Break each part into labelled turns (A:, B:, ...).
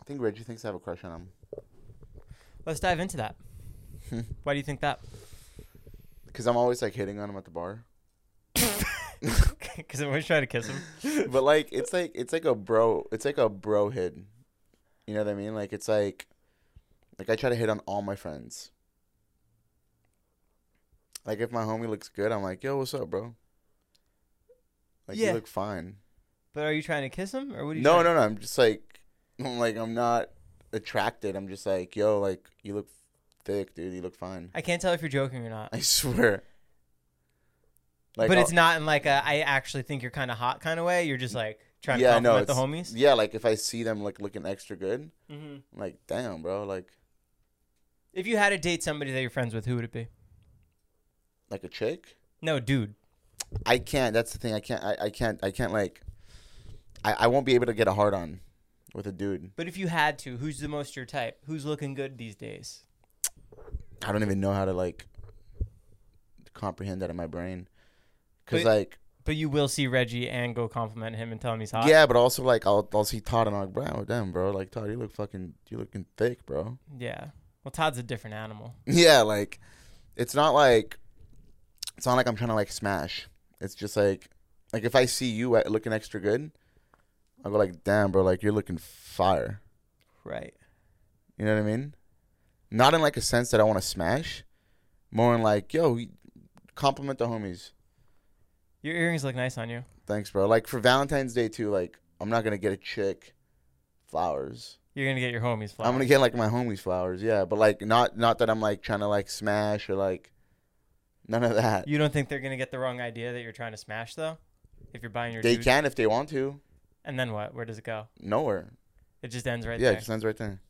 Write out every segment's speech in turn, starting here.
A: I think Reggie thinks I have a crush on him.
B: Let's dive into that. Why do you think that?
A: Because I'm always like hitting on him at the bar.
B: Because I'm always trying to kiss him.
A: But like it's like it's like a bro it's like a bro hit. You know what I mean? Like it's like like I try to hit on all my friends. Like if my homie looks good, I'm like, yo, what's up, bro? Like
B: Yeah.
A: you look fine.
B: But are you trying to kiss him, or what? Are you
A: No,
B: trying-
A: no, no. I'm just like I'm like I'm not attracted. I'm just like, yo, like you look thick, dude. You look fine.
B: I can't tell if you're joking or not.
A: I swear.
B: but
A: I'll-
B: it's not in like a I actually think you're kind of hot kind of way. You're just like trying to
A: I know,
B: compliment the
A: it's-
B: homies.
A: Yeah, like if I see them like looking extra good,
B: hmm
A: I'm like damn, bro, like
B: If you had to date somebody that you're friends with, who would it be?
A: like a chick.
B: No, dude.
A: I can't. That's the thing. I can't. I, I can't. I can't like. I, I won't be able to get a hard on with a dude.
B: But if you had to, who's the most your type? Who's looking good these days?
A: I don't even know how to like comprehend that in my brain. Cause
B: But-
A: like
B: But you will see Reggie and go compliment him and tell him he's hot.
A: yeah, but also like I'll I'll see Todd and I'm like, bro, damn, bro, like Todd, you look fucking, you looking thick, bro.
B: Yeah. Well, Todd's a different animal.
A: Yeah, like it's not like it's not like I'm trying to like smash. It's just like like if I see you at- looking extra good, I'll go like, damn, bro, like you're looking fire.
B: Right.
A: You know what I mean? Not in like a sense that I want to smash, more in like, yo, compliment the homies.
B: Your earrings look nice on you.
A: Thanks, bro. Like for Valentine's Day too. Like I'm not gonna get a chick flowers.
B: You're gonna get your homies flowers.
A: I'm gonna get like my homies flowers. Yeah, but like not not that I'm like trying to like smash or like none of that.
B: You don't think they're gonna get the wrong idea that you're trying to smash though? If you're buying your
A: They
B: dude-
A: can if they want to.
B: and then what? Where does it go?
A: Nowhere.
B: It just ends right
A: yeah,
B: there.
A: it just ends right there.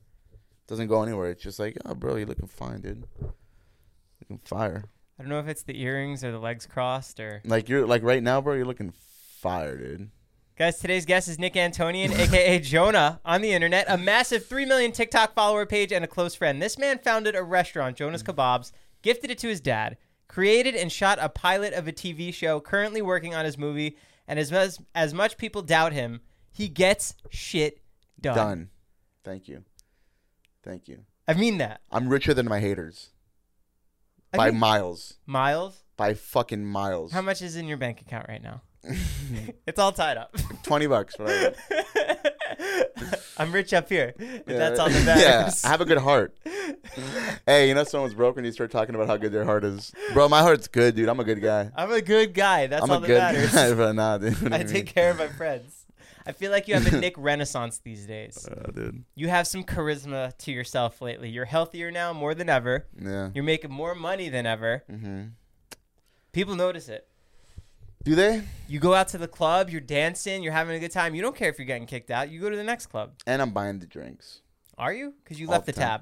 A: Doesn't go anywhere. It's just like, oh, bro, you're looking fine, dude. Looking fire.
B: I don't know if it's the earrings or the legs crossed or
A: Like you're like right now, bro. You're looking fire, dude.
B: Guys, today's guest is Nick Antonian, aka Jonah, on the internet, a massive 3 million TikTok follower page and a close friend. This man founded a restaurant, Jonah's Kebabs, gifted it to his dad, created and shot a pilot of a TV show, currently working on his movie, and as much, as much people doubt him, he gets shit done.
A: Done. Thank you. Thank you.
B: I mean that.
A: I'm richer than my haters
B: I
A: by
B: mean-
A: miles.
B: Miles,
A: By fucking miles.
B: how much is in your bank account right now? it's all tied up.
A: Twenty bucks. Whatever.
B: I'm rich up here. If
A: Yeah.
B: that's all that matters.
A: Yeah, have a good heart. hey, you know someone's broke when you start talking about how good their heart is. Bro, my heart's good, dude. I'm a good guy.
B: I'm a good guy. That's
A: I'm
B: all
A: a
B: that
A: good
B: matters.
A: guy, but nah, dude. What do
B: I
A: you
B: take
A: mean?
B: care of my friends. I feel like you have a Nick renaissance these days.
A: Uh, dude.
B: You have some charisma to yourself lately. You're healthier now more than ever.
A: Yeah.
B: You're making more money than ever.
A: hmm
B: People notice it.
A: Do they?
B: You go out to the club, you're dancing, you're having a good time. You don't care if you're getting kicked out. You go to the next club.
A: And I'm buying the drinks.
B: Are you? Because you
A: All
B: left
A: the
B: the,
A: time.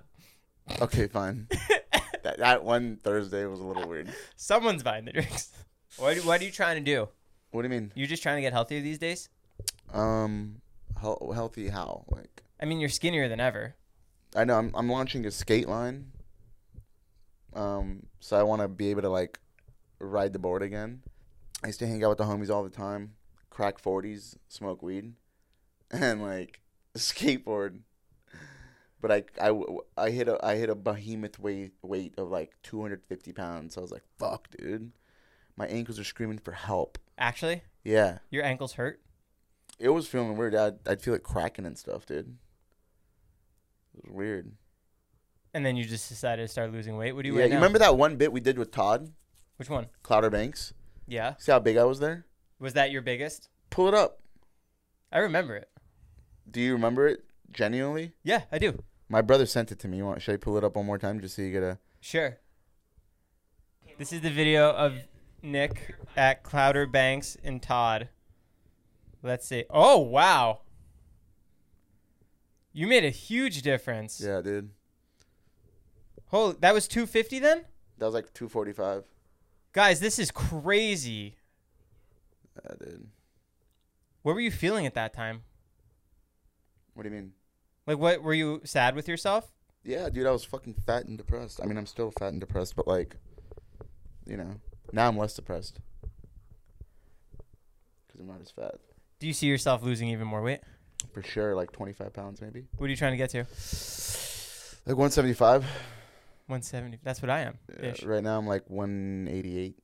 B: tab.
A: Okay, fine. that, that one Thursday was a little weird.
B: Someone's buying the drinks. What, do- what are you trying to do?
A: What do you mean?
B: You're just trying to get healthier these days?
A: Um, hel- healthy how? Like,
B: I mean, you're skinnier than ever.
A: I know I'm I'm launching a skate line. Um, so I want to be able to like ride the board again. I used to hang out with the homies all the time, crack forties, smoke weed, and like skateboard. But I, I, w- I hit a I hit a behemoth weight weight of like 250 pounds. So I was like, "Fuck, dude, my ankles are screaming for help."
B: Actually,
A: Yeah,
B: your ankles hurt.
A: it was feeling weird. I'd, I'd feel it cracking and stuff, dude. It was weird.
B: and then you just decided to start losing weight. What do you
A: yeah,
B: weigh
A: you
B: now?
A: remember that one bit we did with Todd
B: Which one?
A: Clouder Banks?
B: Yeah.
A: See how big I was there?
B: Was that your biggest?
A: Pull it up.
B: I remember it.
A: Do you remember it genuinely?
B: Yeah, I do.
A: My brother sent it to me. You want? Should I pull it up one more time just so you get a?
B: Sure. This is the video of Nick at Clouder Banks and Todd. Let's see. Oh wow. You made a huge difference.
A: Yeah, dude.
B: Holy, that was 250 then?
A: That was like 245.
B: Guys, this is crazy.
A: Yeah, dude.
B: What were you feeling at that time?
A: What do you mean?
B: Like what were you sad with yourself?
A: Yeah, dude. I was fucking fat and depressed. I mean, I'm still fat and depressed, but like, you know, now I'm less depressed because I'm not as fat.
B: Do you see yourself losing even more weight?
A: For sure, like 25 pounds maybe.
B: What are you trying to get to?
A: Like 175.
B: 170. That's what I am.
A: Yeah,
B: Ish.
A: right now I'm like 188.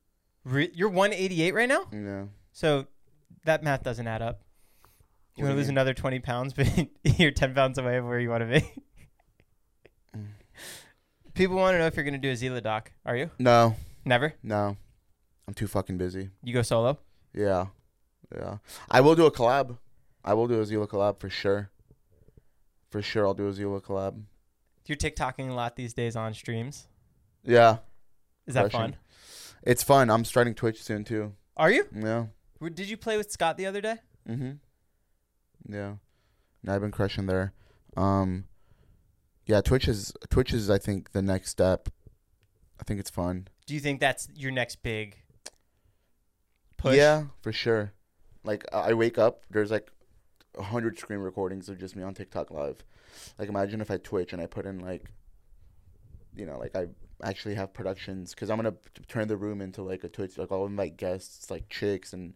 B: Re- you're 188 right now?
A: Yeah.
B: So that math doesn't add up. You
A: What do you
B: want to lose
A: mean?
B: another 20 pounds, but you're 10 pounds away of where you want to be.
A: Mm.
B: People want to know if you're going to do a Zila doc. Are you?
A: No,
B: Never?
A: no. I'm too fucking busy.
B: You go solo?
A: Yeah. Yeah. I will do a collab. I will do a Zila collab for sure. For sure, I'll do a Zila collab.
B: You're TikToking a lot these days on streams.
A: Yeah.
B: Is that
A: Crushing.
B: fun?
A: It's fun. I'm starting Twitch soon too.
B: Are you?
A: Yeah.
B: W- Did you play with Scott the other day?
A: Mm-hmm. Yeah. No, I've been crushing there. Um Yeah, Twitch is Twitch is I think the next step. I think it's fun.
B: Do you think that's your next big push?
A: Yeah, for sure. Like I I wake up, there's like a hundred screen recordings of just me on TikTok live. Like imagine if I Twitch and I put in like, you know, like I actually have productions because I'm gonna t- turn the room into like a Twitch. Like I'll invite guests, like chicks, and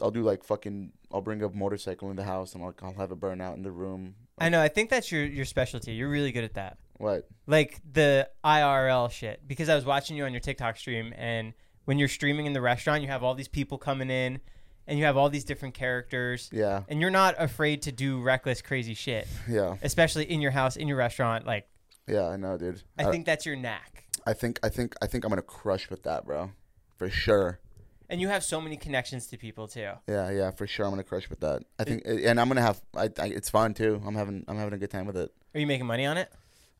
A: I'll do like fucking. I'll bring a motorcycle in the house and like I'll have a burnout in the room.
B: I know. I think that's your, your specialty. You're really good at that.
A: What?
B: like the IRL shit because I was watching you on your TikTok stream and when you're streaming in the restaurant you have all these people coming in and you have all these different characters
A: Yeah,
B: and you're not afraid to do reckless crazy shit
A: yeah,
B: especially in your house in your restaurant like
A: yeah. I know, dude.
B: I think that's your knack
A: I think. I think. I think I'm gonna crush with that, bro. For sure.
B: and you have so many connections to people too
A: Yeah, yeah, for sure. I'm gonna crush with that. I think, and I'm gonna have. I, I it's fun too. I'm having. I'm having a good time with it.
B: are you making money on it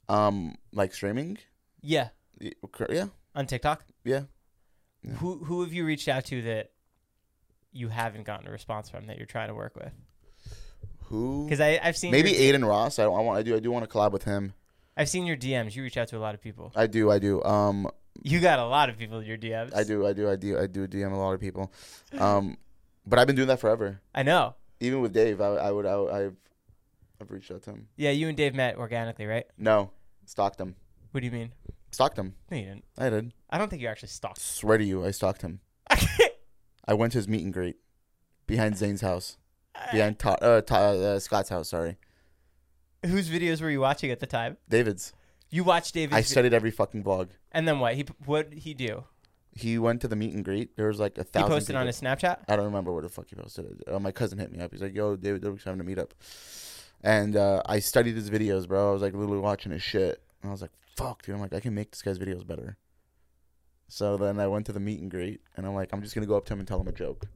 A: Um, like streaming.
B: yeah
A: Y- cr- Yeah,
B: on TikTok
A: yeah.
B: who who have you reached out to that you haven't gotten a response from that you're trying to work with
A: Who?
B: because I I've seen
A: Maybe
B: your,
A: Aiden Ross. I, I want. I do. I do want to collab with him.
B: I've seen your DMs you reach out to a lot of people
A: I do. I do. Um,
B: you got a lot of people in your DMs
A: I do. I do. I do. I do DM a lot of people. Um, but I've been doing that forever.
B: I know.
A: Even with Dave, I, I would. I, I've. I've reached out to him.
B: Yeah, you and Dave met organically, right?
A: No, stalked him.
B: What do you mean?
A: Stalked him.
B: No, you didn't.
A: I did.
B: I don't think you actually stalked.
A: Swear to you, I stalked him. I went to his meet and greet behind Zane's house, behind Ta- uh, Ta- uh, Scott's house. Sorry,
B: Whose videos were you watching at the time?
A: David's.
B: You watched David's.
A: I
B: vi-
A: studied every fucking vlog.
B: and then what? He what he do?
A: He went to the meet and greet. There was like a
B: He
A: thousand.
B: posted
A: people.
B: on his Snapchat.
A: I don't remember where the fuck he posted it. Uh, my cousin hit me up. He's like, "Yo, David Dobrik's having a meetup," and uh, I studied his videos, bro. I was like literally watching his shit, and I was like, "Fuck, dude!" I'm like, I can make this guy's videos better. So then I went to the meet and greet, and I'm like, I'm just gonna go up to him and tell him a joke.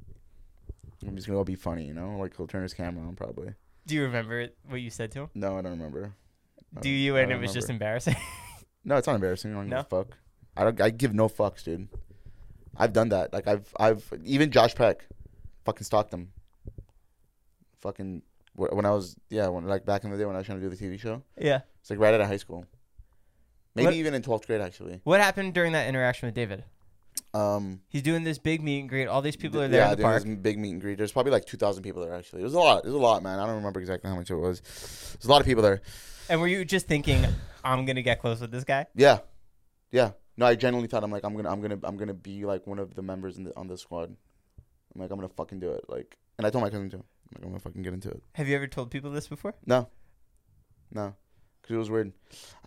A: I'm just gonna go be funny, you know? Like he'll turn his camera on, probably.
B: Do you remember it- what you said to him?
A: No, I don't remember. I
B: Do
A: don't-
B: you?
A: Uh, I
B: And it
A: don't
B: was just
A: remember.
B: embarrassing.
A: No, it's not embarrassing. I don't
B: No?
A: give a fuck. I don't. I give no fucks, dude. I've done that. Like I've. I've even Josh Peck, fucking stalked him. Fucking wh- when I was yeah when like back in the day when I was trying to do the TV show.
B: yeah.
A: It's like right out of high school. Maybe
B: What-
A: even in twelfth grade actually.
B: What happened during that interaction with David?
A: Um,
B: He's doing this big meet and greet. All these people are there
A: yeah,
B: in the
A: there was
B: park.
A: a big meet and greet. There's probably like two thousand people there actually. It was a lot. It was a lot, man. I don't remember exactly how much it was. There's a lot of people there.
B: And were you just thinking, I'm gonna get close with this guy?
A: Yeah, yeah. No, I genuinely thought I'm like I'm gonna I'm gonna I'm gonna be like one of the members in the, on the squad. I'm like I'm gonna fucking do it. Like, and I told my cousin too. I'm like I'm gonna fucking get into it.
B: Have you ever told people this before?
A: No, no, because it was weird.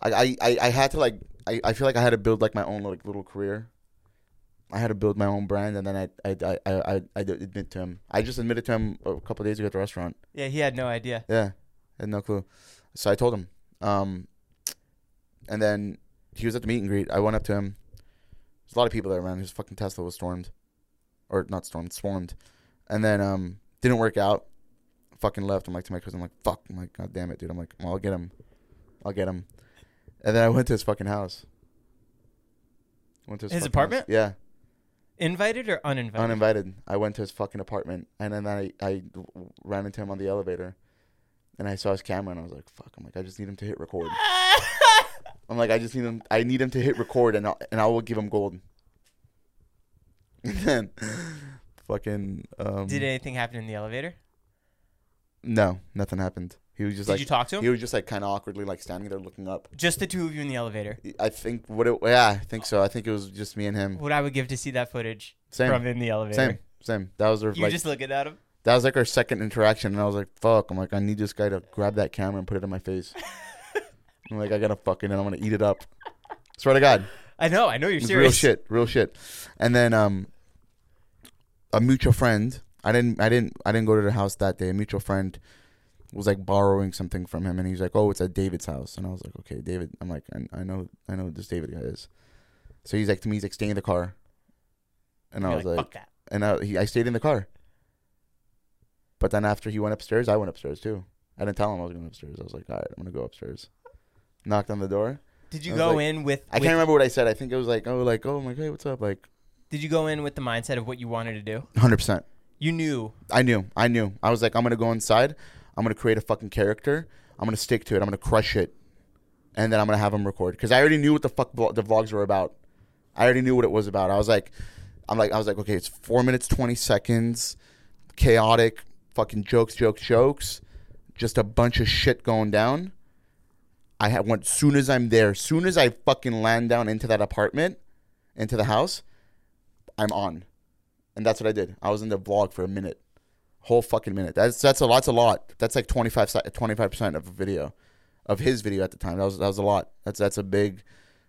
A: I, I I I had to like I I feel like I had to build like my own like little career. I had to build my own brand, and then I I I I I, I did admit to him. I just admitted to him a couple of days ago at the restaurant.
B: Yeah, he had no idea.
A: Yeah, I had no clue. So I told him. Um, and then he was at the meet and greet. I went up to him. There's a lot of people there, man. His fucking Tesla was stormed, or not stormed, swarmed, and then um didn't work out. Fucking left. I'm like to my cousin, I'm like, fuck. I'm like, god damn it, dude. I'm like, well, I'll get him. I'll get him. And then I went to his fucking house. Went to
B: His
A: fucking
B: apartment?
A: house. Yeah.
B: Invited or uninvited?
A: Uninvited. I went to his fucking apartment, and then I, I ran into him on the elevator, and I saw his camera, and I was like, "Fuck!" I'm like, I just need him to hit record. I'm like, I just need him. I need him to hit record, and I'll, and I will give him gold. And then, fucking. Um,
B: Did anything happen in the elevator?
A: No, nothing happened. He was just
B: Did
A: like.
B: you talk to him?
A: He was just like kind of awkwardly like standing there looking up.
B: Just the two of you in the elevator.
A: I think what it. Yeah, I think so. I think it was just me and him.
B: What I would give to see that footage
A: Same.
B: from in the elevator.
A: Same, same. That was our
B: You
A: like.
B: just looking at him.
A: That was like our second interaction, and I was like, "Fuck!" I'm like, "I need this guy to grab that camera and put it in my face." I'm like, "I gotta fucking and I'm gonna eat it up." Swear to God,
B: I know. I know you're
A: it's
B: serious.
A: real shit, real shit. And then um, a mutual friend. I didn't, I didn't, I didn't go to the house that day. A mutual friend was like borrowing something from him, and he's like, "Oh, it's at David's house," and I was like, "Okay, David." I'm like, "I, I know, I know who this David guy is." So he's like to me, he's like, "Stay in the car," and
B: You're
A: I was
B: like,
A: like,
B: fuck that.
A: and I, he, I stayed in the car. But then after he went upstairs, I went upstairs too. I didn't tell him I was going upstairs. I was like, all right, I'm gonna go upstairs. Knocked on the door.
B: Did you
A: I was
B: go
A: like-
B: in with?
A: I
B: with-
A: can't remember what I said. I think it was like, oh, like, oh my god, what's up? Like,
B: Did you go in with the mindset of what you wanted to do?
A: hundred percent.
B: You knew.
A: I knew, I knew. I was like, I'm gonna go inside. I'm gonna create a fucking character. I'm gonna stick to it. I'm gonna crush it, and then I'm gonna have him record because I already knew what the fuck vlo- the vlogs were about. I already knew what it was about. I was like, I'm like, I was like, okay, it's four minutes twenty seconds, chaotic, fucking jokes, jokes, jokes, just a bunch of shit going down. I have went soon as I'm there, soon as I fucking land down into that apartment, into the house, I'm on, and that's what I did. I was in the vlog for a minute, whole fucking minute. That's that's a lot's a lot. That's like 25 percent of a video, of his video at the time. That was that was a lot. That's that's a big,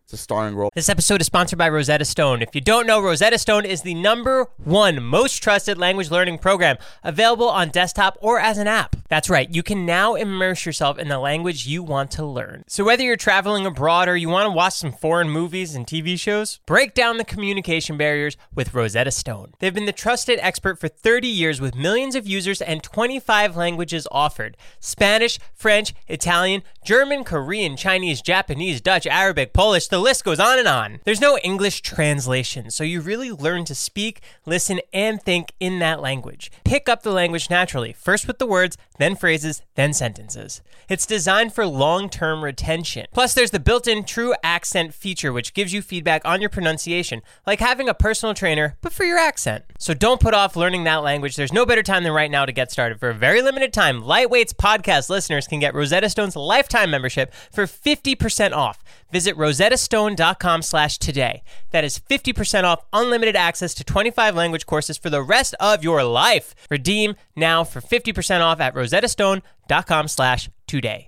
A: it's a starring role.
B: This episode is sponsored by Rosetta Stone. If you don't know, Rosetta Stone is the number one most trusted language learning program available on desktop or as an app. That's right, you can now immerse yourself in the language you want to learn. So, whether you're traveling abroad or you want to watch some foreign movies and TV shows, break down the communication barriers with Rosetta Stone. They've been the trusted expert for 30 years with millions of users and 25 languages offered Spanish, French, Italian, German, Korean, Chinese, Japanese, Dutch, Arabic, Polish, the list goes on and on. There's no English translation, so you really learn to speak, listen, and think in that language. Pick up the language naturally, first with the words, then phrases, then sentences. It's designed for long term retention. Plus, there's the built in true accent feature, which gives you feedback on your pronunciation, like having a personal trainer, but for your accent. So don't put off learning that language. There's no better time than right now to get started. For a very limited time, Lightweight's podcast listeners can get Rosetta Stone's lifetime membership for 50% off. Visit rosettastone.com slash today. That is 50% off unlimited access to 25 language courses for the rest of your life. Redeem now for 50% off at rosettastone.com slash today.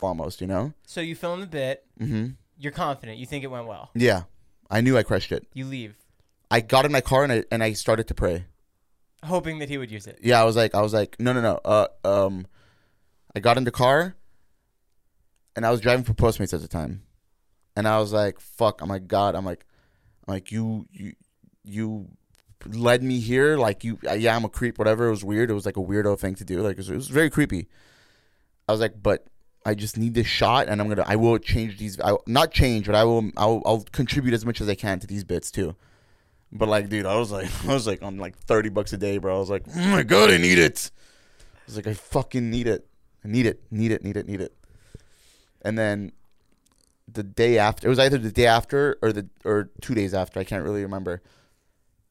A: almost, you know?
B: So you film the bit.
A: Mm-hmm.
B: You're confident. You think it went well.
A: Yeah. I knew I crushed it.
B: You leave,
A: I got in my car and I and I started to pray.
B: hoping that he would use it.
A: Yeah, I was like I was like, no no no. Uh um I got in the car and I was driving for Postmates at the time. And I was like, fuck, I'm like God, I'm like I'm like you you you led me here, like you uh, yeah, I'm a creep, whatever. It was weird. It was like a weirdo thing to do. Like it was, it was very creepy. I was like, but I just need this shot, and I'm gonna. I will change these. I, not change, but I will. I'll, I'll contribute as much as I can to these bits too. But like, dude, I was like, I was like on like thirty bucks a day, bro. I was like, oh my god, I need it. I was like, I fucking need it. I need it. Need it. Need it. Need it. And then the day after, it was either the day after or the or two days after. I can't really remember.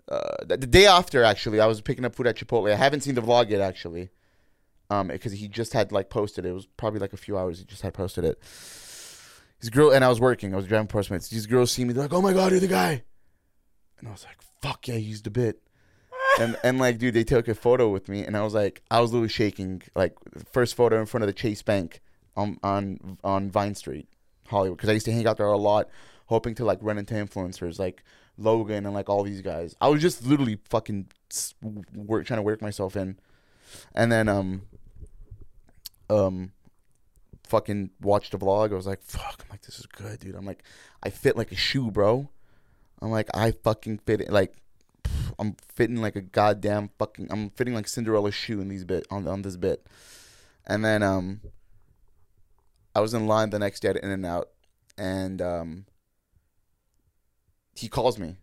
A: Uh, the, the day after, actually, I was picking up food at Chipotle. I haven't seen the vlog yet, actually um because he just had like posted it. It was probably like a few hours. He just had posted it. These girl and I was working. I was driving postmates. These girls see me. They're like, "Oh my god, you're the guy," and I was like, "Fuck yeah, he's the bit." and and like, dude, they took a photo with me, and I was like, I was literally shaking. Like, the first photo in front of the Chase Bank on on on Vine Street, Hollywood, because I used to hang out there a lot, hoping to like run into influencers like Logan and like all these guys. I was just literally fucking s- work trying to work myself in and then um um fucking watched the vlog i was like fuck i'm like this is good dude i'm like i fit like a shoe bro i'm like i fucking fit it like pff, i'm fitting like a goddamn fucking i'm fitting like cinderella's shoe in these bit on, on this bit and then um i was in line the next day at in and out and um he calls me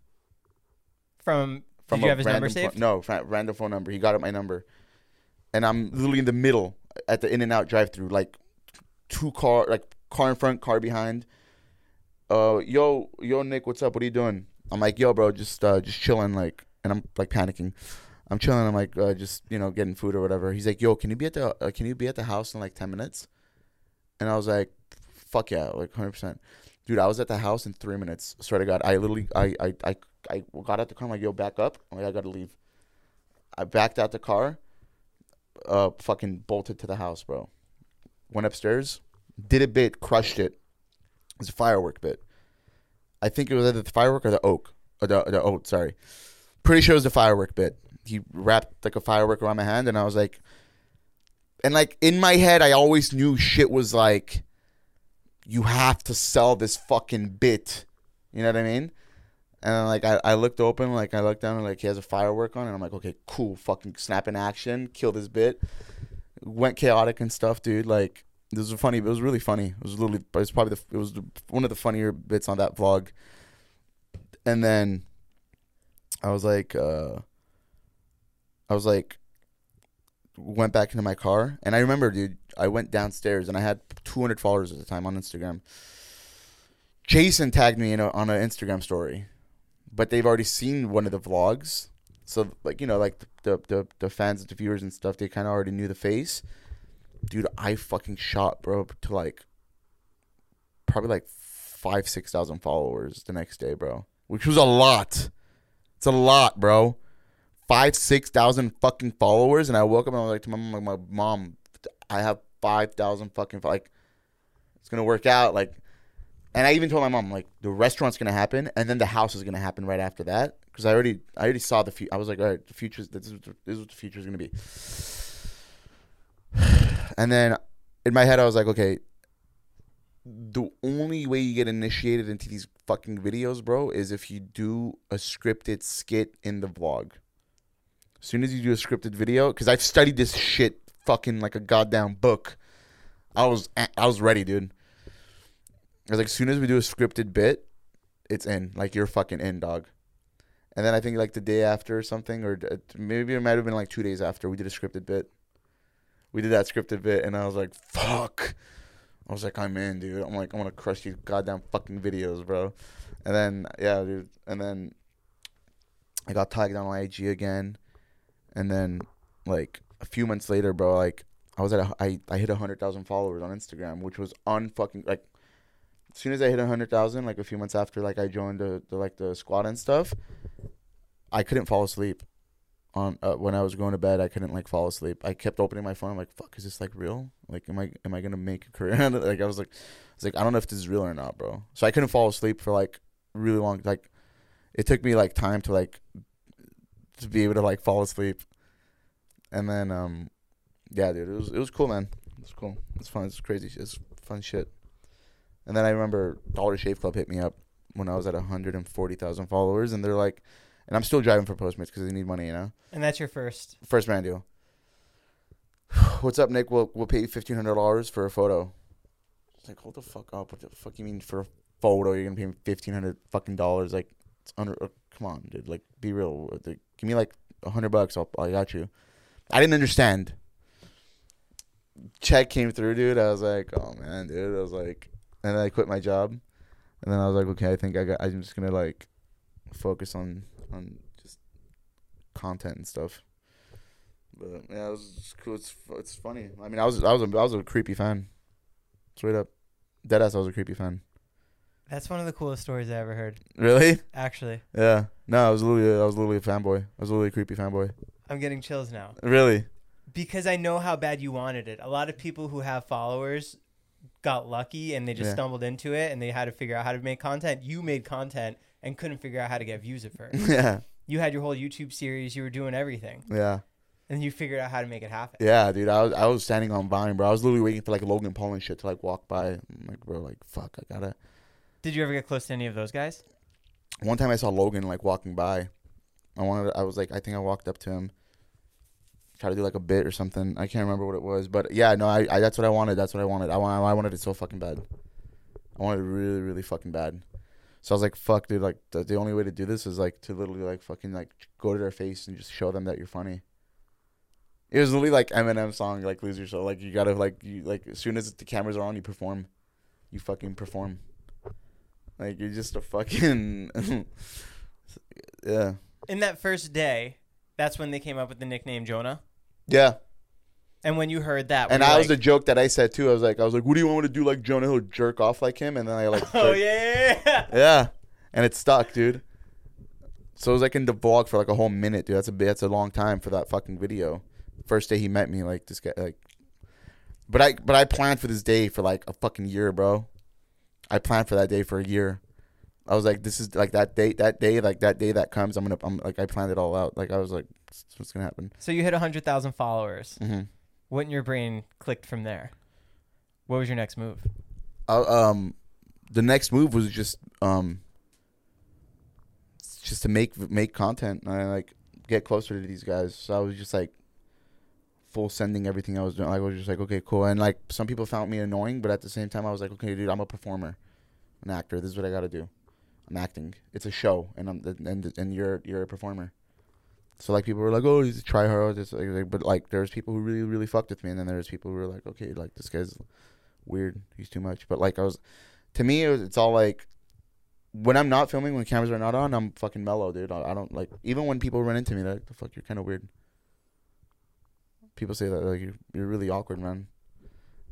B: From,
A: from
B: did you
A: a
B: have his number
A: random phone-
B: saved?
A: no, fra- random phone number. He got my number, and I'm literally in the middle at the In and Out drive-through, like two car, like car in front, car behind. Uh, yo, yo, Nick, what's up? What are you doing? I'm like, yo, bro, just uh, just chilling, like, and I'm like panicking. I'm chilling. I'm like, uh, just you know, getting food or whatever. He's like, yo, can you be at the uh, can you be at the house in like ten minutes? And I was like, fuck yeah, like hundred percent. Dude, I was at the house in three minutes. Swear to God, I literally, I, I, I, I got out the car. I'm like, yo, back up. I'm like, I gotta leave. I backed out the car. Uh, fucking bolted to the house, bro. Went upstairs, did a bit, crushed it. It was a firework bit. I think it was either the firework or the oak, or the the oat. Sorry, pretty sure it was the firework bit. He wrapped like a firework around my hand, and I was like, and like in my head, I always knew shit was like you have to sell this fucking bit. You know what I mean? And like I, I looked open, like I looked down and like he has a firework on and I'm like, okay, cool, fucking snap in action, kill this bit. Went chaotic and stuff, dude. Like this was funny, it was really funny. It was literally it was probably the, it was the, one of the funnier bits on that vlog. And then I was like uh I was like went back into my car and I remember dude I went downstairs and I had 200 followers at the time on Instagram. Jason tagged me in a, on an Instagram story, but they've already seen one of the vlogs. So like you know like the the the fans, the viewers and stuff, they kind of already knew the face. Dude, I fucking shot bro to like probably like five six thousand followers the next day, bro, which was a lot. It's a lot, bro five, six thousand fucking followers, and I woke up and I was like to my mom, like, my mom, I have five thousand fucking fo- like, it's gonna work out. Like, and I even told my mom like the restaurant's gonna happen, and then the house is gonna happen right after that because I already I already saw the future. I was like, all right, the future's this is this is what the future's gonna be. And then in my head, I was like, okay. The only way you get initiated into these fucking videos, bro, is if you do a scripted skit in the vlog soon as you do a scripted video, because I've studied this shit fucking like a goddamn book. I was I was ready, dude. I was like, as soon as we do a scripted bit, it's in. Like you're fucking in, dog. And then I think like the day after or something, or uh, maybe it might have been like two days after we did a scripted bit. We did that scripted bit, and I was like, fuck. I was like, I'm in, dude. I'm like, I want to crush these goddamn fucking videos, bro. And then yeah, dude. And then I got tagged on IG again and then like a few months later, bro, like I was at a, I I hit hundred thousand followers on Instagram, which was unfucking like. As soon as I hit hundred thousand, like a few months after, like I joined the, the like the squad and stuff, I couldn't fall asleep. On uh, when I was going to bed, I couldn't like fall asleep. I kept opening my phone. I'm like, "Fuck, is this like real? Like, am I am I gonna make a career?" out of it?" like, I was like, "I was like, I don't know if this is real or not, bro." So I couldn't fall asleep for like really long. Like, it took me like time to like to be able to like fall asleep. And then, um, yeah, dude, it was it was cool, man. It was cool. It's fun. It's crazy. sh- It's fun shit. And then I remember Dollar Shave Club hit me up when I was at 140,000 followers, and they're like, and I'm still driving for Postmates because they need money, you know.
B: And that's your first.
A: First man deal. What's up, Nick? We'll we'll pay you fifteen hundred dollars for a photo. It's like, hold the fuck up. What the fuck you mean for a photo? You're gonna pay me fifteen hundred fucking dollars? Like, it's under. Uh, come on, dude. Like, be real. Uh, dude, Give me like a hundred bucks. I'll, I got you. I didn't understand. Check came through, dude. I was like, oh man, dude. I was like, and then I quit my job, and then I was like, okay, I think I got. I'm just gonna like focus on on just content and stuff. But yeah, it was it's cool. It's fu- it's funny. I mean, I was I was a, I was a creepy fan. Straight up, deadass. I was a creepy fan.
B: That's one of the coolest stories I ever heard.
A: Really?
B: Actually,
A: Yeah. No, I was literally I was literally a fanboy. I was literally a creepy fanboy.
B: I'm getting chills now
A: Really?
B: because I know how bad you wanted it. A lot of people who have followers got lucky and they just
A: Yeah.
B: stumbled into it and they had to figure out how to make content. You made content and couldn't figure out how to get views at first.
A: Yeah.
B: you had your whole YouTube series, you were doing everything,
A: Yeah.
B: and you figured out how to make it happen.
A: Yeah, dude. I was I was standing on Vine, bro. I was literally waiting for like Logan Paul and shit to like walk by. I'm like, bro, like fuck, I gotta.
B: Did you ever get close to any of those guys?
A: One time I saw Logan like walking by. I wanted. I was like, I think I walked up to him, tried to do like a bit or something. I can't remember what it was, but yeah, no, I, I that's what I wanted. That's what I wanted. I want. I wanted it so fucking bad. I wanted it really, really fucking bad. So I was like, fuck, dude. Like the, the only way to do this is like to literally like fucking like go to their face and just show them that you're funny. It was literally like Eminem song, like lose yourself. Like you gotta like you like as soon as the cameras are on, you perform. You fucking perform. Like you're just a fucking yeah.
B: In that first day, that's when they came up with the nickname Jonah.
A: Yeah.
B: And when you heard that, were
A: And
B: you
A: I was the
B: like,
A: joke that I said too. I was like, I was like, what do you want me to do like Jonah Hill jerk off like him? And then I like
B: oh
A: jerked-
B: yeah, yeah, yeah.
A: Yeah. And it stuck, dude. So it was like in the vlog for like a whole minute, dude. That's a that's a long time for that fucking video. First day he met me, like this guy like But I but I planned for this day for like a fucking year, bro. I planned for that day for a year. I was like, this is like that day that day, like that day that comes, I'm gonna I'm like I planned it all out. Like I was like, this is what's gonna happen.
B: So you hit hundred thousand followers.
A: Mm-hmm.
B: What in your brain clicked from there? What was your next move?
A: I, um, the next move was just um, just to make make content and I, like get closer to these guys. So I was just like full sending everything I was doing. Like, I was just like, okay, cool. And like some people found me annoying, but at the same time, I was like, okay, dude, I'm a performer, an actor. This is what I got to do. I'm acting. It's a show, and I'm and and you're you're a performer. So like people were like, oh, he's a tryhard. This, like, like, but like there's people who really really fucked with me, and then there's people who were like, okay, like this guy's weird. He's too much. But like I was, to me, it was, it's all like when I'm not filming, when cameras are not on, I'm fucking mellow, dude. I, I don't like even when people run into me, they're like the fuck, you're kind of weird. People say that like you're, you're really awkward, man.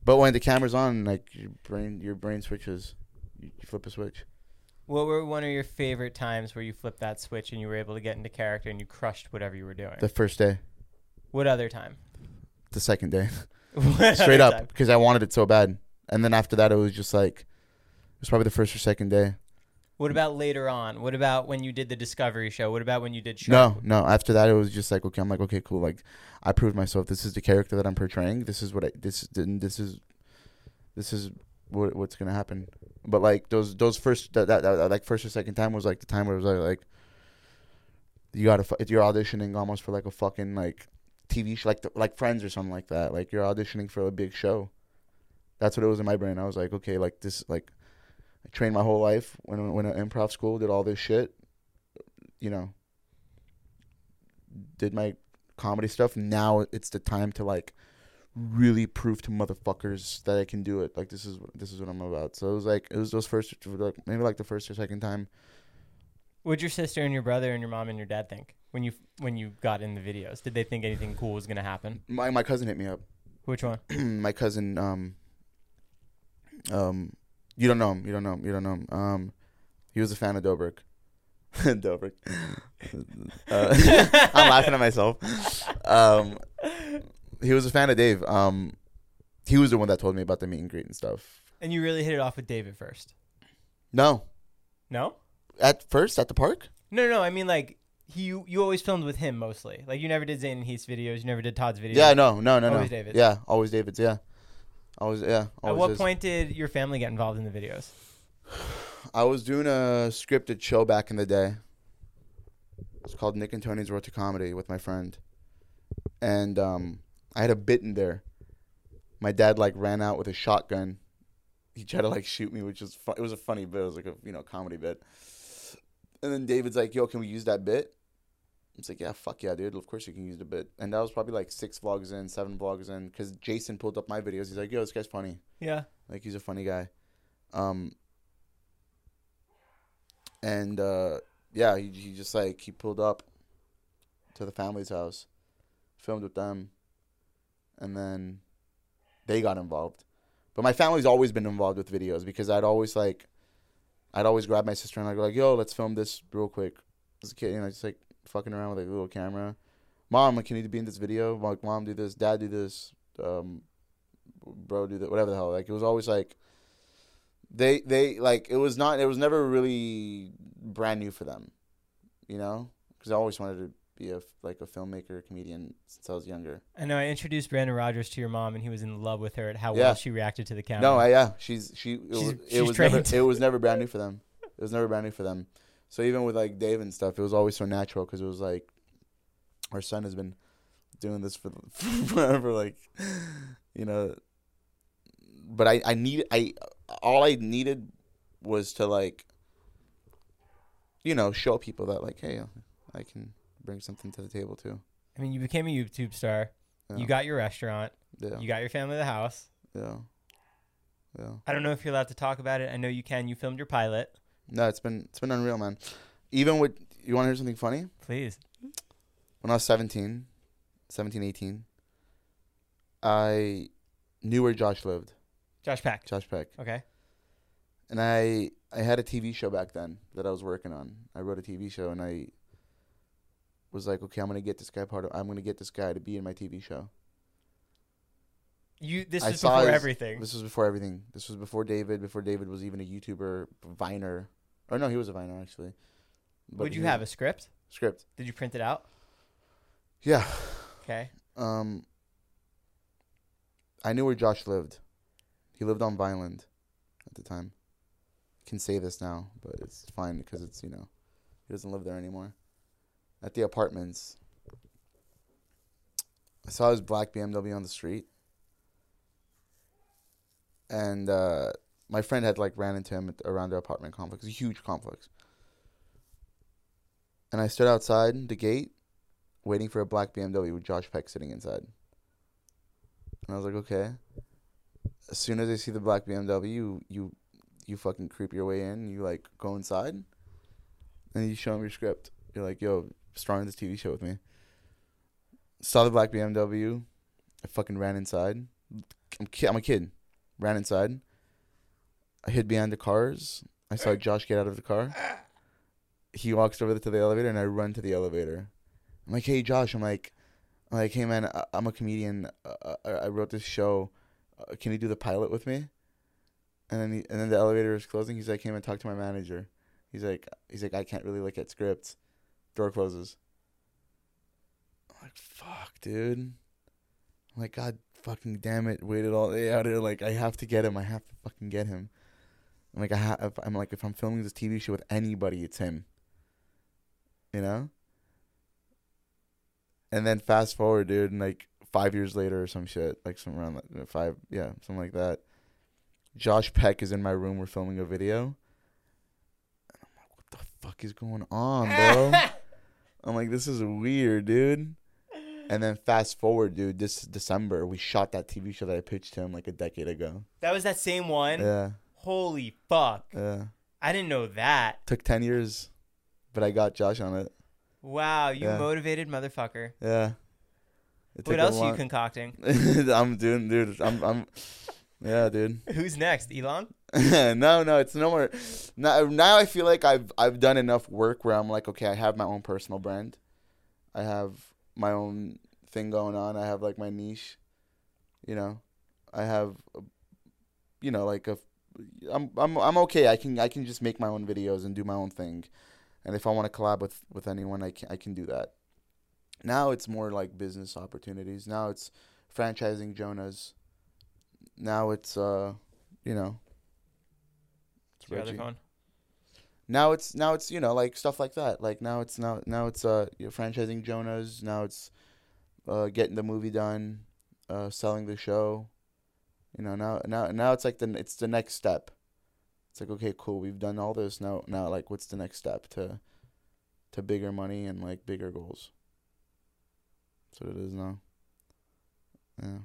A: But when the camera's on, like your brain, your brain switches. You, you flip a switch.
B: What were one of your favorite times where you flipped that switch and you were able to get into character and you crushed whatever you were doing?
A: The first day,
B: what other time?
A: the second day,
B: What
A: straight
B: other
A: up,
B: time?
A: because I wanted it so bad. And then after that, it was just like it was probably the first or second day.
B: What about later on? What about when you did the Discovery show? What about when you did show?
A: No, no. After that, it was just like, okay, I'm like, okay, cool. Like, I proved myself. This is the character that I'm portraying. This is what I this then this is, this is what what's gonna happen. But like those those first that, that, that like first or second time was like the time where it was like, like you gotta fu- you're auditioning almost for like a fucking like TV show like the, like Friends or something like that. Like you're auditioning for a big show. That's what it was in my brain. I was like, okay, like this like. I trained my whole life when when at improv school did all this shit, you know did my comedy stuff. Now it's the time to like really prove to motherfuckers that I can do it. Like this is this is what I'm about. So it was like it was those first like maybe like the first or second time.
B: What'd your sister and your brother and your mom and your dad think when you when you got in the videos? Did they think anything cool was gonna happen?
A: My my cousin hit me up.
B: Which one?
A: my cousin um um you don't know him, you don't know him, you don't know him. Um he was a fan of Dobrik. Dobrik. Uh, I'm laughing at myself. Um he was a fan of Dave. Um he was the one that told me about the meet and greet and stuff.
B: And you really hit it off with David first.
A: No.
B: No?
A: At first, at the park?
B: No, no, no. I mean, like, he, you, you always filmed with him mostly. Like, you never did Zayn and Heath's videos. You never did Todd's videos.
A: Yeah, no, no, no, no.
B: Always David's.
A: Yeah, always David's. Yeah, always. Yeah. Always
B: At what
A: is.
B: point did your family get involved in the videos?
A: I was doing a scripted show back in the day. It's called Nick and Tony's Road to Comedy with my friend, and um, I had a bit in there. My dad like ran out with a shotgun. he tried to like shoot me, which was fu- it was a funny bit. It was like a you know comedy bit. And then David's like, "Yo, can we use that bit?" It's like, "Yeah, fuck yeah, dude. Of course you can use the bit." And that was probably like six vlogs in, seven vlogs in, because Jason pulled up my videos. He's like, "Yo, this guy's funny.
B: Yeah.
A: Like he's a funny guy." Um. And uh, yeah, he, he just like he pulled up to the family's house, filmed with them, and then they got involved. But my family's always been involved with videos because I'd always like, I'd always grab my sister and I'd go like, "Yo, let's film this real quick." As a kid, you know, just like fucking around with like, a little camera. Mom, like, can you be in this video? Like, mom, do this. Dad, do this. Um, bro, do that. Whatever the hell. Like, it was always like, they they like it was not. It was never really brand new for them, you know, because I always wanted to be a f- like a filmmaker, comedian since I was younger.
B: I know I introduced Brandon Rogers to your mom, and he was in love with her at how
A: Yeah.
B: well she reacted to the camera.
A: No, I, yeah, she's she. It,
B: She's-
A: was,
B: she's
A: it was never
B: trained.
A: it was never brand new for them. It was never brand new for them. So even with like Dave and stuff, it was always so natural because it was like our son has been doing this for forever, like you know. But I I need I all I needed was to like you know show people that like hey I can bring something to the table too.
B: I mean, you became a YouTube star. You
A: Yeah.
B: got your restaurant.
A: Yeah,
B: You got your family, the house.
A: yeah, yeah.
B: I don't know if you're allowed to talk about it. I know you can. You filmed your pilot.
A: No, it's been it's been unreal, man. Even with you want to hear something funny?
B: Please.
A: When I was 17, 17, 18, I knew where Josh lived,
B: Josh Pack.
A: Josh Peck,
B: Okay.
A: and I I had a TV show back then that I was working on. I wrote a TV show, and I was like, okay, I'm gonna get this guy part of. I'm gonna get this guy to be in my TV show.
B: You. This
A: I
B: is
A: saw
B: before
A: his-
B: everything.
A: This was before everything. This was before David. Before David was even a YouTuber, Viner. Or no, he was a Viner actually. But
B: Would you
A: he-
B: have a script?
A: script?
B: Did you print it out?
A: Yeah.
B: Okay.
A: Um, I knew where Josh lived. He lived on Vineland at the time. Can say this now, but it's fine because it's you know he doesn't live there anymore. At the apartments, I saw his black BMW on the street, and uh, my friend had like ran into him at, around their apartment complex, a huge complex. And I stood outside the gate, waiting for a black BMW with Josh Peck sitting inside. And I was like, okay. As soon as I see the black BMW, you you, you fucking creep your way in. You like go inside, and you show him your script. You're like, yo, starring this TV show with me. Saw the black BMW. I fucking ran inside. I'm ki- I'm a kid. Ran inside. I hid behind the cars. I saw Josh get out of the car. He walks over to the elevator, and I run to the elevator. I'm like, hey, Josh. I'm like, I'm like, hey, man. I- I'm a comedian. Uh, I-, I wrote this show. Uh, can you do the pilot with me? And then he, and then the elevator is closing. He's like, hey, man, talk to my manager. He's like, he's like, I can't really look at scripts. Door closes. I'm like, fuck, dude. I'm like, god, fucking damn it. Waited all day out here. Like, I have to get him. I have to fucking get him. I'm like, I ha- if- I'm like, if I'm filming this TV show with anybody, it's him. You know. And then fast forward, dude, and like five years later or some shit, like some around like five, yeah, something like that. Josh Peck is in my room. We're filming a video. And I'm like, what the fuck is going on, bro? I'm like, this is weird, dude. And then fast forward, dude, this December, we shot that TV show that I pitched him like a decade ago.
B: That was that same one.
A: Yeah,
B: Holy fuck!
A: yeah.
B: I didn't know that.
A: Took 10 years, but I got Josh on it.
B: Wow, you
A: Yeah.
B: motivated motherfucker.
A: Yeah. It took
B: What
A: a
B: else are you
A: long-
B: concocting?
A: I'm doing, dude. I'm, I'm, yeah, dude.
B: Who's next, Elon?
A: no, no, it's no more. Now, now I feel like I've, I've done enough work where I'm like, okay, I have my own personal brand. I have my own thing going on. I have like my niche, you know. I have, uh, you know, like a, I'm, I'm, I'm okay. I can, I can just make my own videos and do my own thing, and if I want to collab with, with anyone, I can, I can do that. Now it's more like business opportunities. Now it's franchising Jonas. Now it's, uh, you know. It's
B: Your other
A: Reggie
B: phone.
A: now it's now it's you know like stuff like that like now it's now now it's uh you know, franchising jonas now it's uh getting the movie done uh selling the show You know, now now now it's like the it's the next step. It's like okay, cool, we've done all this. Now now like what's the next step to to bigger money and like bigger goals. That's what it is now. Yeah.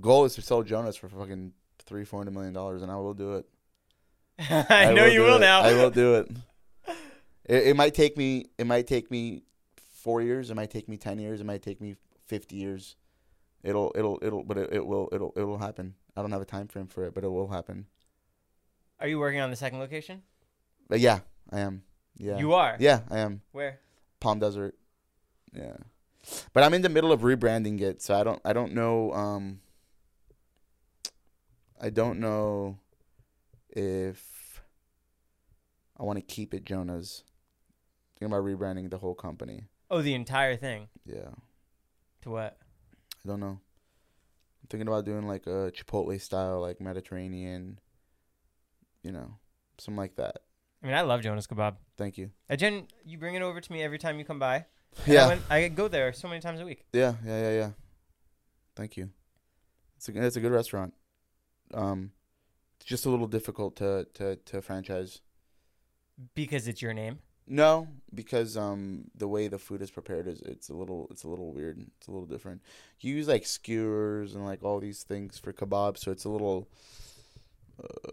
A: Goal is to sell Jonas for fucking three, four hundred million dollars, and I will do it.
B: I, know you
A: do
B: will
A: it.
B: now.
A: I will do it. it. It might take me. It might take me four years. It might take me ten years. It might take me fifty years. It'll. It'll. It'll. But it, it will. It'll. It will happen. I don't have a time frame for it, but it will happen.
B: Are you working on the second location?
A: But yeah, I am. Yeah.
B: You are?
A: Yeah, I am.
B: Where?
A: Palm Desert. Yeah. But I'm in the middle of rebranding it, so I don't I don't know um I don't know if I want to keep it Jonah's. Thinking about rebranding the whole company.
B: Oh, the entire thing.
A: Yeah.
B: To what?
A: I don't know. I'm thinking about doing like a Chipotle style, like Mediterranean, you know, something like that.
B: I mean, I love Jonas Kebab.
A: Thank you.
B: I gen- you bring it over to me every time you come by. And I,
A: Yeah.
B: went- I go there so many times a week.
A: Yeah, yeah, yeah, yeah. Thank you. It's a g- it's a good restaurant. Um, it's just a little difficult to to to franchise.
B: Because it's your name.
A: No, because um the way the food is prepared is it's a little it's a little weird. It's a little different. You use like skewers and like all these things for kebab, so it's a little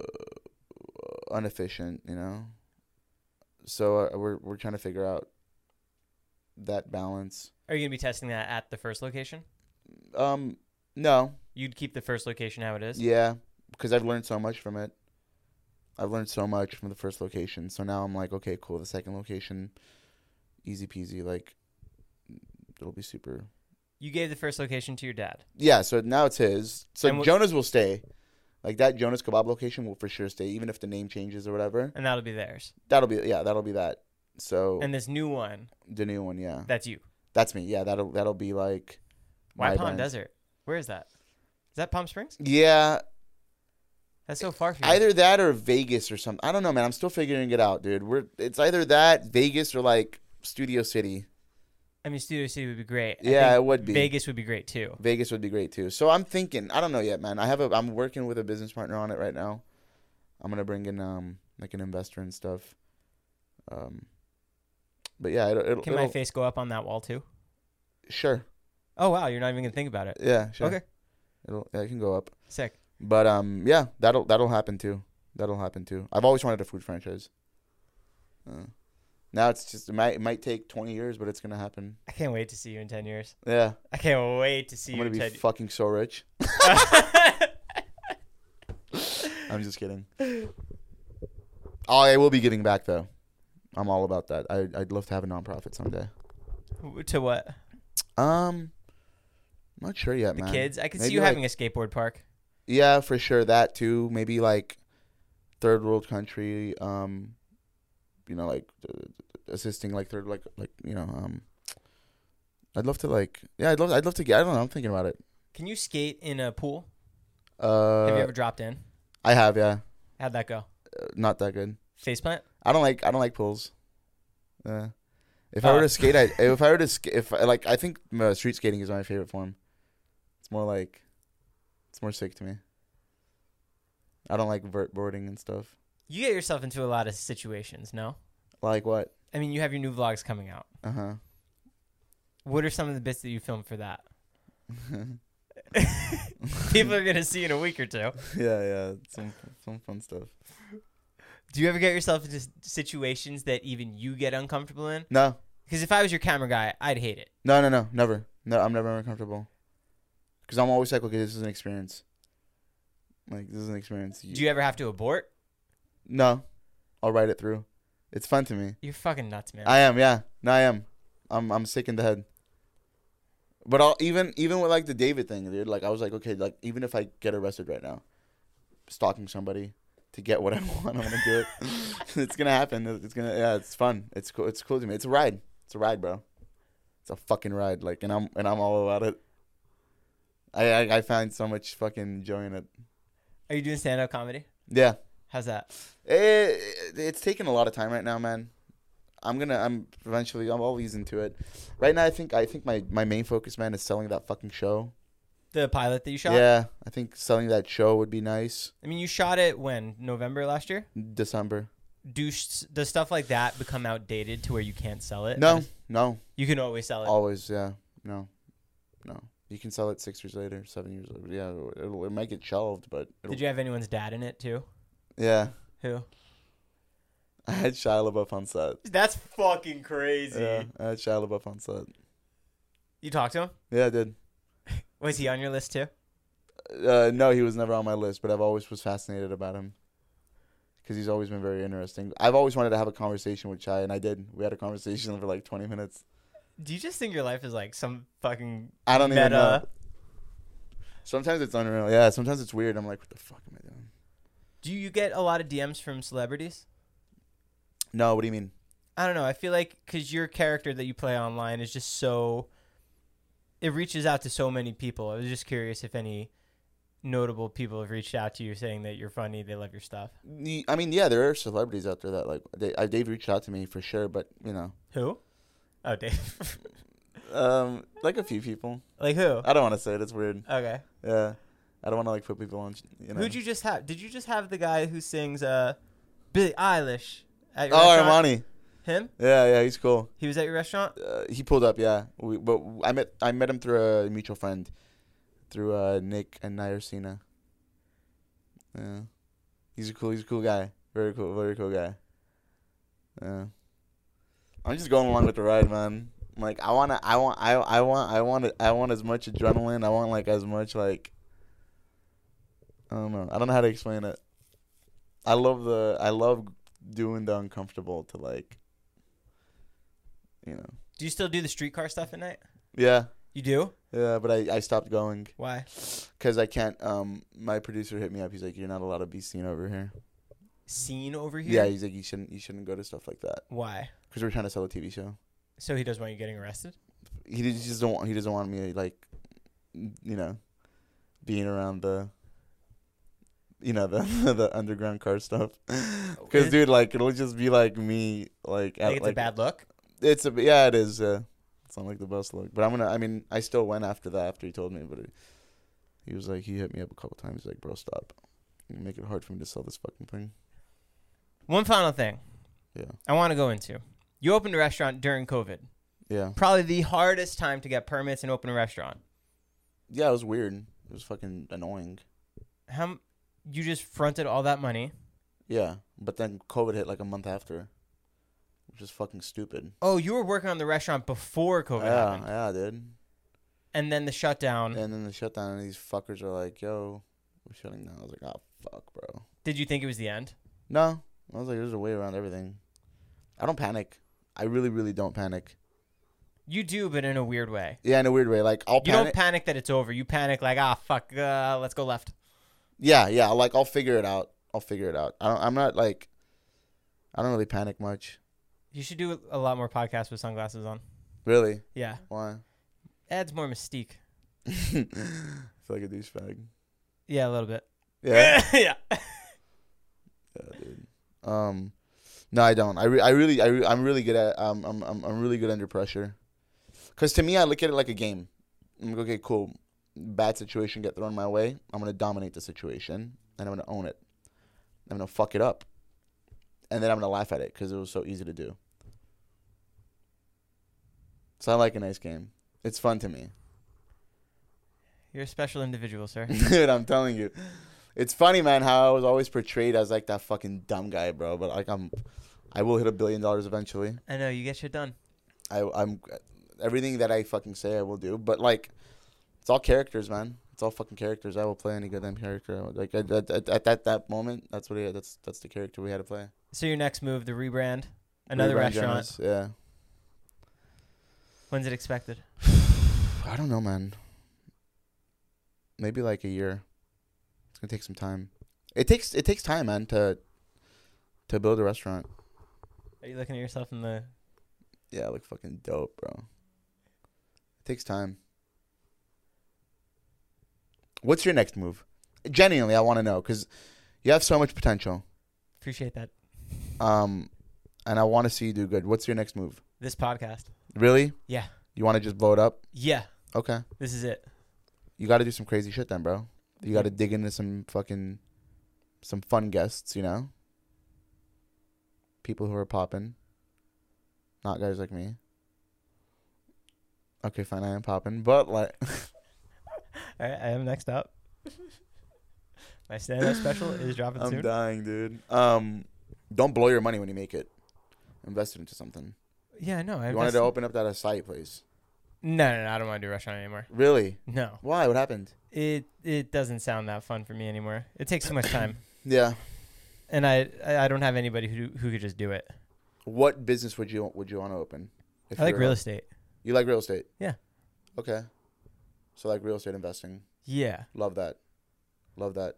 A: uh, inefficient, you know. So uh, we're we're trying to figure out that balance.
B: Are you going to be testing that at the first location?
A: Um, no,
B: You'd keep the first location how it is?
A: Yeah, because I've learned so much from it. I've learned so much from the first location. So now I'm like, okay, cool. The second location, easy peasy. Like, it'll be super.
B: You gave the first location to your dad.
A: Yeah. So now it's his. So
B: And wh-
A: Jonas will stay. Like that Jonas kebab location will for sure stay, even if the name changes or whatever.
B: And that'll be theirs.
A: That'll be yeah. That'll be that. So
B: And this new one,
A: the new one, yeah.
B: that's you.
A: That's me. Yeah. That'll that'll be like.
B: Why
A: my
B: Palm
A: brand.
B: Desert? Where is that? Is that Palm Springs?
A: Yeah.
B: That's so far from you.
A: E- Either that or Vegas or something. I don't know, man. I'm still figuring it out, dude. We're it's either that Vegas or like Studio City.
B: I mean, Studio City would be great. I
A: Yeah,
B: think
A: it would be.
B: Vegas would be great too.
A: Vegas would be great too. So I'm thinking. I don't know yet, man. I have a. I'm working with a business partner on it right now. I'm gonna bring in um like an investor and stuff. Um, but yeah, it'll. it'll,
B: Can
A: it'll
B: my face go up on that wall too?
A: Sure.
B: Oh wow, you're not even gonna think about it.
A: Yeah. Sure.
B: Okay,
A: It'll. Yeah, it can go up.
B: sick.
A: But um, yeah, that'll that'll happen too. That'll happen too. I've always wanted a food franchise. Uh, now it's just it might it might take 20 years, but it's gonna happen.
B: I can't wait to see you in ten years.
A: Yeah,
B: I can't wait to see
A: I'm
B: you
A: gonna
B: in
A: be
B: ten.
A: fucking so rich. I'm just kidding. Oh, I will be giving back though. I'm all about that. I I'd love to have a nonprofit someday.
B: W- to what?
A: Um, I'm not sure yet,
B: The
A: man.
B: kids? I could see
A: Maybe,
B: you
A: like-
B: having a skateboard park.
A: Yeah, for sure. That too. Maybe like third world country. Um, you know, like uh, assisting like third like like you know. Um, I'd love to like yeah. I'd love I'd love to get. I don't know. I'm thinking about it.
B: Can you skate in a pool?
A: Uh,
B: Have you ever dropped in?
A: I have yeah.
B: How'd that go?
A: Uh, Not that good.
B: Faceplant?
A: I don't like I don't like pools. Uh, if I were
B: Oh.
A: to skate, I if I were to sk- if I- like I think uh, street skating is my favorite form. It's more like, it's more sick to me. I don't like vert boarding and stuff.
B: You get yourself into a lot of situations, no?
A: Like what?
B: I mean, you have your new vlogs coming out.
A: Uh huh.
B: What are some of the bits that you filmed for that? People are gonna see in a week or two.
A: yeah, yeah, some some fun stuff.
B: Do you ever get yourself into s- situations that even you get uncomfortable in?
A: No,
B: Because if I was your camera guy, I'd hate it.
A: no, no, no, never. No, I'm never uncomfortable. Cause I'm always like, okay, this is an experience. Like this is an experience.
B: Do you ever have to abort?
A: no, I'll ride it through. It's fun to me.
B: You're fucking nuts, man.
A: I am, yeah. No, I am. I'm I'm sick in the head. But I'll even even with like the David thing, dude. Like I was like, okay, like even if I get arrested right now, stalking somebody to get what I want, I'm gonna do it. it's gonna happen. It's gonna yeah. It's fun. It's cool. It's cool to me. It's a ride. It's a ride, bro. It's a fucking ride. Like and I'm and I'm all about it. I I, I find so much fucking joy in it.
B: are you doing stand-up comedy?
A: Yeah.
B: How's that?
A: It, it's taking a lot of time right now, man. I'm gonna. I'm eventually. I'm always into it. Right now, I think. I think my my main focus, man, is selling that fucking show.
B: The pilot that you shot.
A: Yeah, I think selling that show would be nice.
B: I mean, you shot it when November last year.
A: December.
B: Do s- does stuff like that become outdated to where you can't sell it?
A: No, no,
B: You can always sell it.
A: always, yeah, no, no. You can sell it six years later, seven years later. Yeah, it'll, it'll make it shelved, but it'll,
B: Did you have anyone's dad in it too?
A: yeah.
B: Who?
A: I had Shia LaBeouf on set.
B: That's fucking crazy.
A: Yeah, I had Shia LaBeouf on set.
B: You talked to him?
A: Yeah, I did.
B: Was he on your list too?
A: Uh, no, he was never on my list, but I've always was fascinated about him because he's always been very interesting. I've always wanted to have a conversation with Chai, and I did. We had a conversation for like 20 minutes.
B: Do you just think your life is like some fucking
A: I don't even
B: meta-
A: know. Sometimes it's unreal. Yeah, sometimes it's weird. I'm like, what the fuck am I doing?
B: Do you get a lot of DMs from celebrities?
A: No, what do you mean?
B: I don't know. I feel like because your character that you play online is just so, it reaches out to so many people. I was just curious if any notable people have reached out to you saying that you're funny, they love your stuff.
A: Ye- I mean, yeah, there are celebrities out there that like they, I, they've reached out to me for sure, but you know,
B: Who? Oh, Dave.
A: um, like a few people.
B: like who?
A: I don't want to say it. It's weird.
B: Okay.
A: Yeah, I don't want to like put people on. You know.
B: Who'd you just have? Did you just have the guy who sings uh, Billie Eilish at your
A: Oh,
B: restaurant?
A: Armani.
B: Him?
A: Yeah, yeah, he's cool.
B: He was at your restaurant?
A: uh, he pulled up. Yeah, we, but I met I met him through a mutual friend, through uh, Nick and Naircina. Yeah, he's a cool he's a cool guy. Very cool, very cool guy. Yeah, I'm just going along with the ride, man. I'm like I wanna, I want, I I want, I want, I want as much adrenaline. I want like as much like. I don't know. I don't know how to explain it. I love the I love doing the uncomfortable to like. You know.
B: Do you still do the streetcar stuff at night?
A: Yeah,
B: You do?
A: yeah, but I, I stopped going
B: Why?
A: because I can't. Um, my producer hit me up. He's like, "You're not allowed to be seen over here."
B: Scene over here?
A: Yeah, he's like, "You shouldn't you shouldn't go to stuff like that
B: Why?
A: because we're trying to sell a TV show."
B: So he doesn't want you getting arrested?
A: He did- he just don't want, he doesn't want me like, you know, being around the. You know the the underground car stuff, because
B: Is-
A: dude, like it'll just be like me, like at,
B: Like it's a bad look?
A: It's a yeah, it is. Uh, it's not like the best look, but I'm gonna. I mean, I still went after that after he told me, but it, he was like, he hit me up a couple times, like, bro, stop, you make it hard for me to sell this fucking thing.
B: One final thing
A: Yeah,
B: I want to go into. You opened a restaurant during COVID.
A: yeah,
B: Probably the hardest time to get permits and open a restaurant.
A: yeah. It was weird. It was fucking annoying.
B: How m- you just fronted all that money?
A: Yeah, but then COVID hit like a month after, which is fucking stupid.
B: Oh, you were working on the restaurant before COVID
A: yeah,
B: happened.
A: yeah, dude.
B: And then the shutdown.
A: And then the shutdown, and these fuckers are like, yo, we're shutting down. I was like, oh fuck, bro.
B: Did you think it was the end?
A: No. I was like, there's a way around everything. I don't panic. I really, really don't panic.
B: You do, but in a weird way.
A: Yeah, in a weird way. Like I'll
B: You
A: panic.
B: don't panic that it's over. You panic like, ah, fuck, uh, let's go left.
A: yeah, yeah. Like I'll figure it out. I'll figure it out. I don't, I'm not like, I don't really panic much.
B: You should do a lot more podcasts with sunglasses on.
A: Really?
B: Yeah,
A: Why?
B: adds more mystique.
A: I feel like a douchebag.
B: Yeah, a little bit.
A: Yeah.
B: yeah.
A: yeah, dude. Um, no, I don't. I, re- I really, I re- I'm really good at. Um, I'm, I'm, I'm really good under pressure. Cause to me, I look at it like a game. I'm like, okay, cool. Bad situation get thrown my way. I'm gonna dominate the situation, and I'm gonna own it. I'm gonna fuck it up, and then I'm gonna laugh at it because it was so easy to do. So I like a nice game. It's fun to me.
B: You're a special individual, sir.
A: Dude, I'm telling you. It's funny, man, how I was always portrayed as like that fucking dumb guy, bro. But like I'm I will hit a billion dollars eventually.
B: I know, you get shit done.
A: I I'm everything that I fucking say I will do. But like it's all characters, man. It's all fucking characters. I will play any goddamn character. I would- Like at, at, at, at that that moment, that's what he, that's that's the character we had to play.
B: So your next move, the rebrand, another
A: Rebrand
B: restaurant.
A: Jonas, Yeah.
B: When's it expected?
A: I don't know, man. Maybe like a year. It's gonna take some time. It takes it takes time, man, to to build a restaurant.
B: Are you looking at yourself in the?
A: Yeah, I look fucking dope, bro. It takes time. What's your next move? Genuinely, I want to know because you have so much potential,
B: Appreciate that.
A: um, and I want to see you do good. What's your next move?
B: This podcast.
A: Really?
B: Yeah.
A: You want to just blow it up?
B: Yeah.
A: Okay.
B: This is it.
A: you got to do some crazy shit then, bro. You got to dig into some fucking some fun guests, you know? People who are popping. Not guys like me. Okay, fine, I am popping, but like
B: All right, I am next up. My stand-up special is dropping
A: I'm
B: soon.
A: dying, dude. Um don't blow your money when you make it. Invest it into something.
B: Yeah, no, I
A: You wanted to
B: invested-
A: open up that acai place.
B: No, no, no, I don't want to do a restaurant anymore.
A: Really?
B: No,
A: Why? What happened?
B: it it doesn't sound that fun for me anymore. It takes too much time,
A: Yeah.
B: and I I I don't have anybody who who could just do it.
A: What business would you would you want to open? If
B: I like
A: you're-
B: real estate.
A: You like real estate?
B: Yeah.
A: Okay. So like real estate investing.
B: Yeah.
A: Love that. Love that.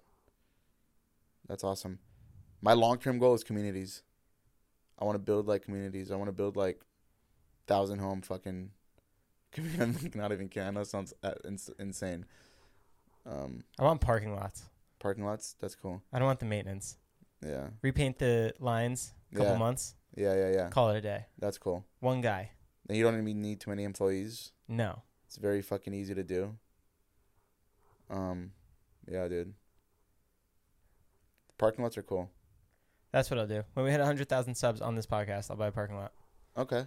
A: That's awesome. My long term goal is communities. I want to build like communities. I want to build like thousand home fucking. I'm not even kidding. I know it sounds uh, ins- insane. Um,
B: I want parking lots.
A: parking lots. That's cool.
B: I don't want the maintenance.
A: Yeah.
B: Repaint the lines a couple
A: Yeah.
B: months.
A: Yeah. Yeah. Yeah.
B: Call it a day.
A: That's cool.
B: One guy.
A: And you don't even need too many employees.
B: No.
A: It's very fucking easy to do. Um, yeah, dude. Parking lots are cool.
B: That's what I'll do. When we hit 100,000 subs on this podcast, I'll buy a parking lot.
A: Okay.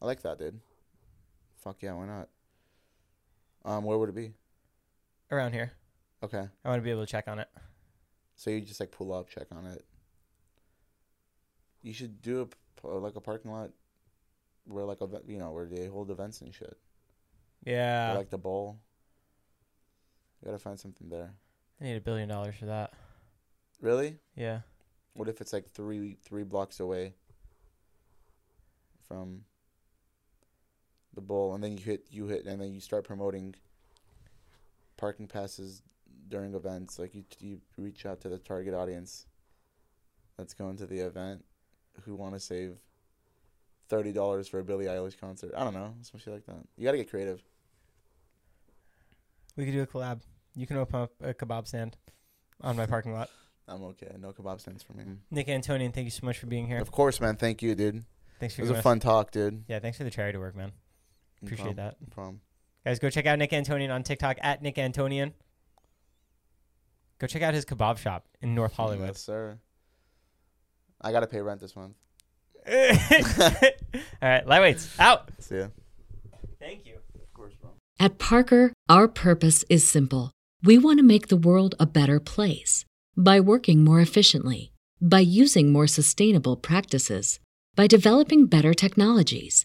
A: I like that, dude. Fuck yeah, why not? Um, where would it be?
B: Around here.
A: Okay.
B: I want to be able to check on it.
A: So you just like pull up, check on it. You should do a p- uh, like a parking lot where like a you know where they hold events and shit. Or,
B: Yeah.
A: like the bowl. You gotta find something there.
B: I need a billion dollars for that.
A: Really?
B: Yeah.
A: What if it's like three three blocks away from the bowl, and then you hit you hit, and then you start promoting parking passes during events. Like you you reach out to the target audience that's going to the event who want to save thirty dollars for a Billie Eilish concert. I don't know, some shit like that. You gotta get creative.
B: We could do a collab. You can open up a kebab stand on my parking lot.
A: I'm okay. No kebab stands for me.
B: Nick Antonian, thank you so much for being here.
A: Of course, man. Thank you, dude.
B: Thanks
A: It
B: for
A: was a
B: giving us-
A: fun talk, dude.
B: Yeah, thanks for the charity work, man.
A: No
B: Appreciate
A: problem.
B: that.
A: No problem.
B: Guys, go check out Nick Antonian on TikTok at Nick Antonian. Go check out his kebab shop in North Hollywood.
A: Yes, sir. I gotta pay rent this month.
B: All right, lightweights out.
A: See ya.
B: Thank you.
C: At Parker, our purpose is simple. We want to make the world a better place by working more efficiently, by using more sustainable practices, by developing better technologies.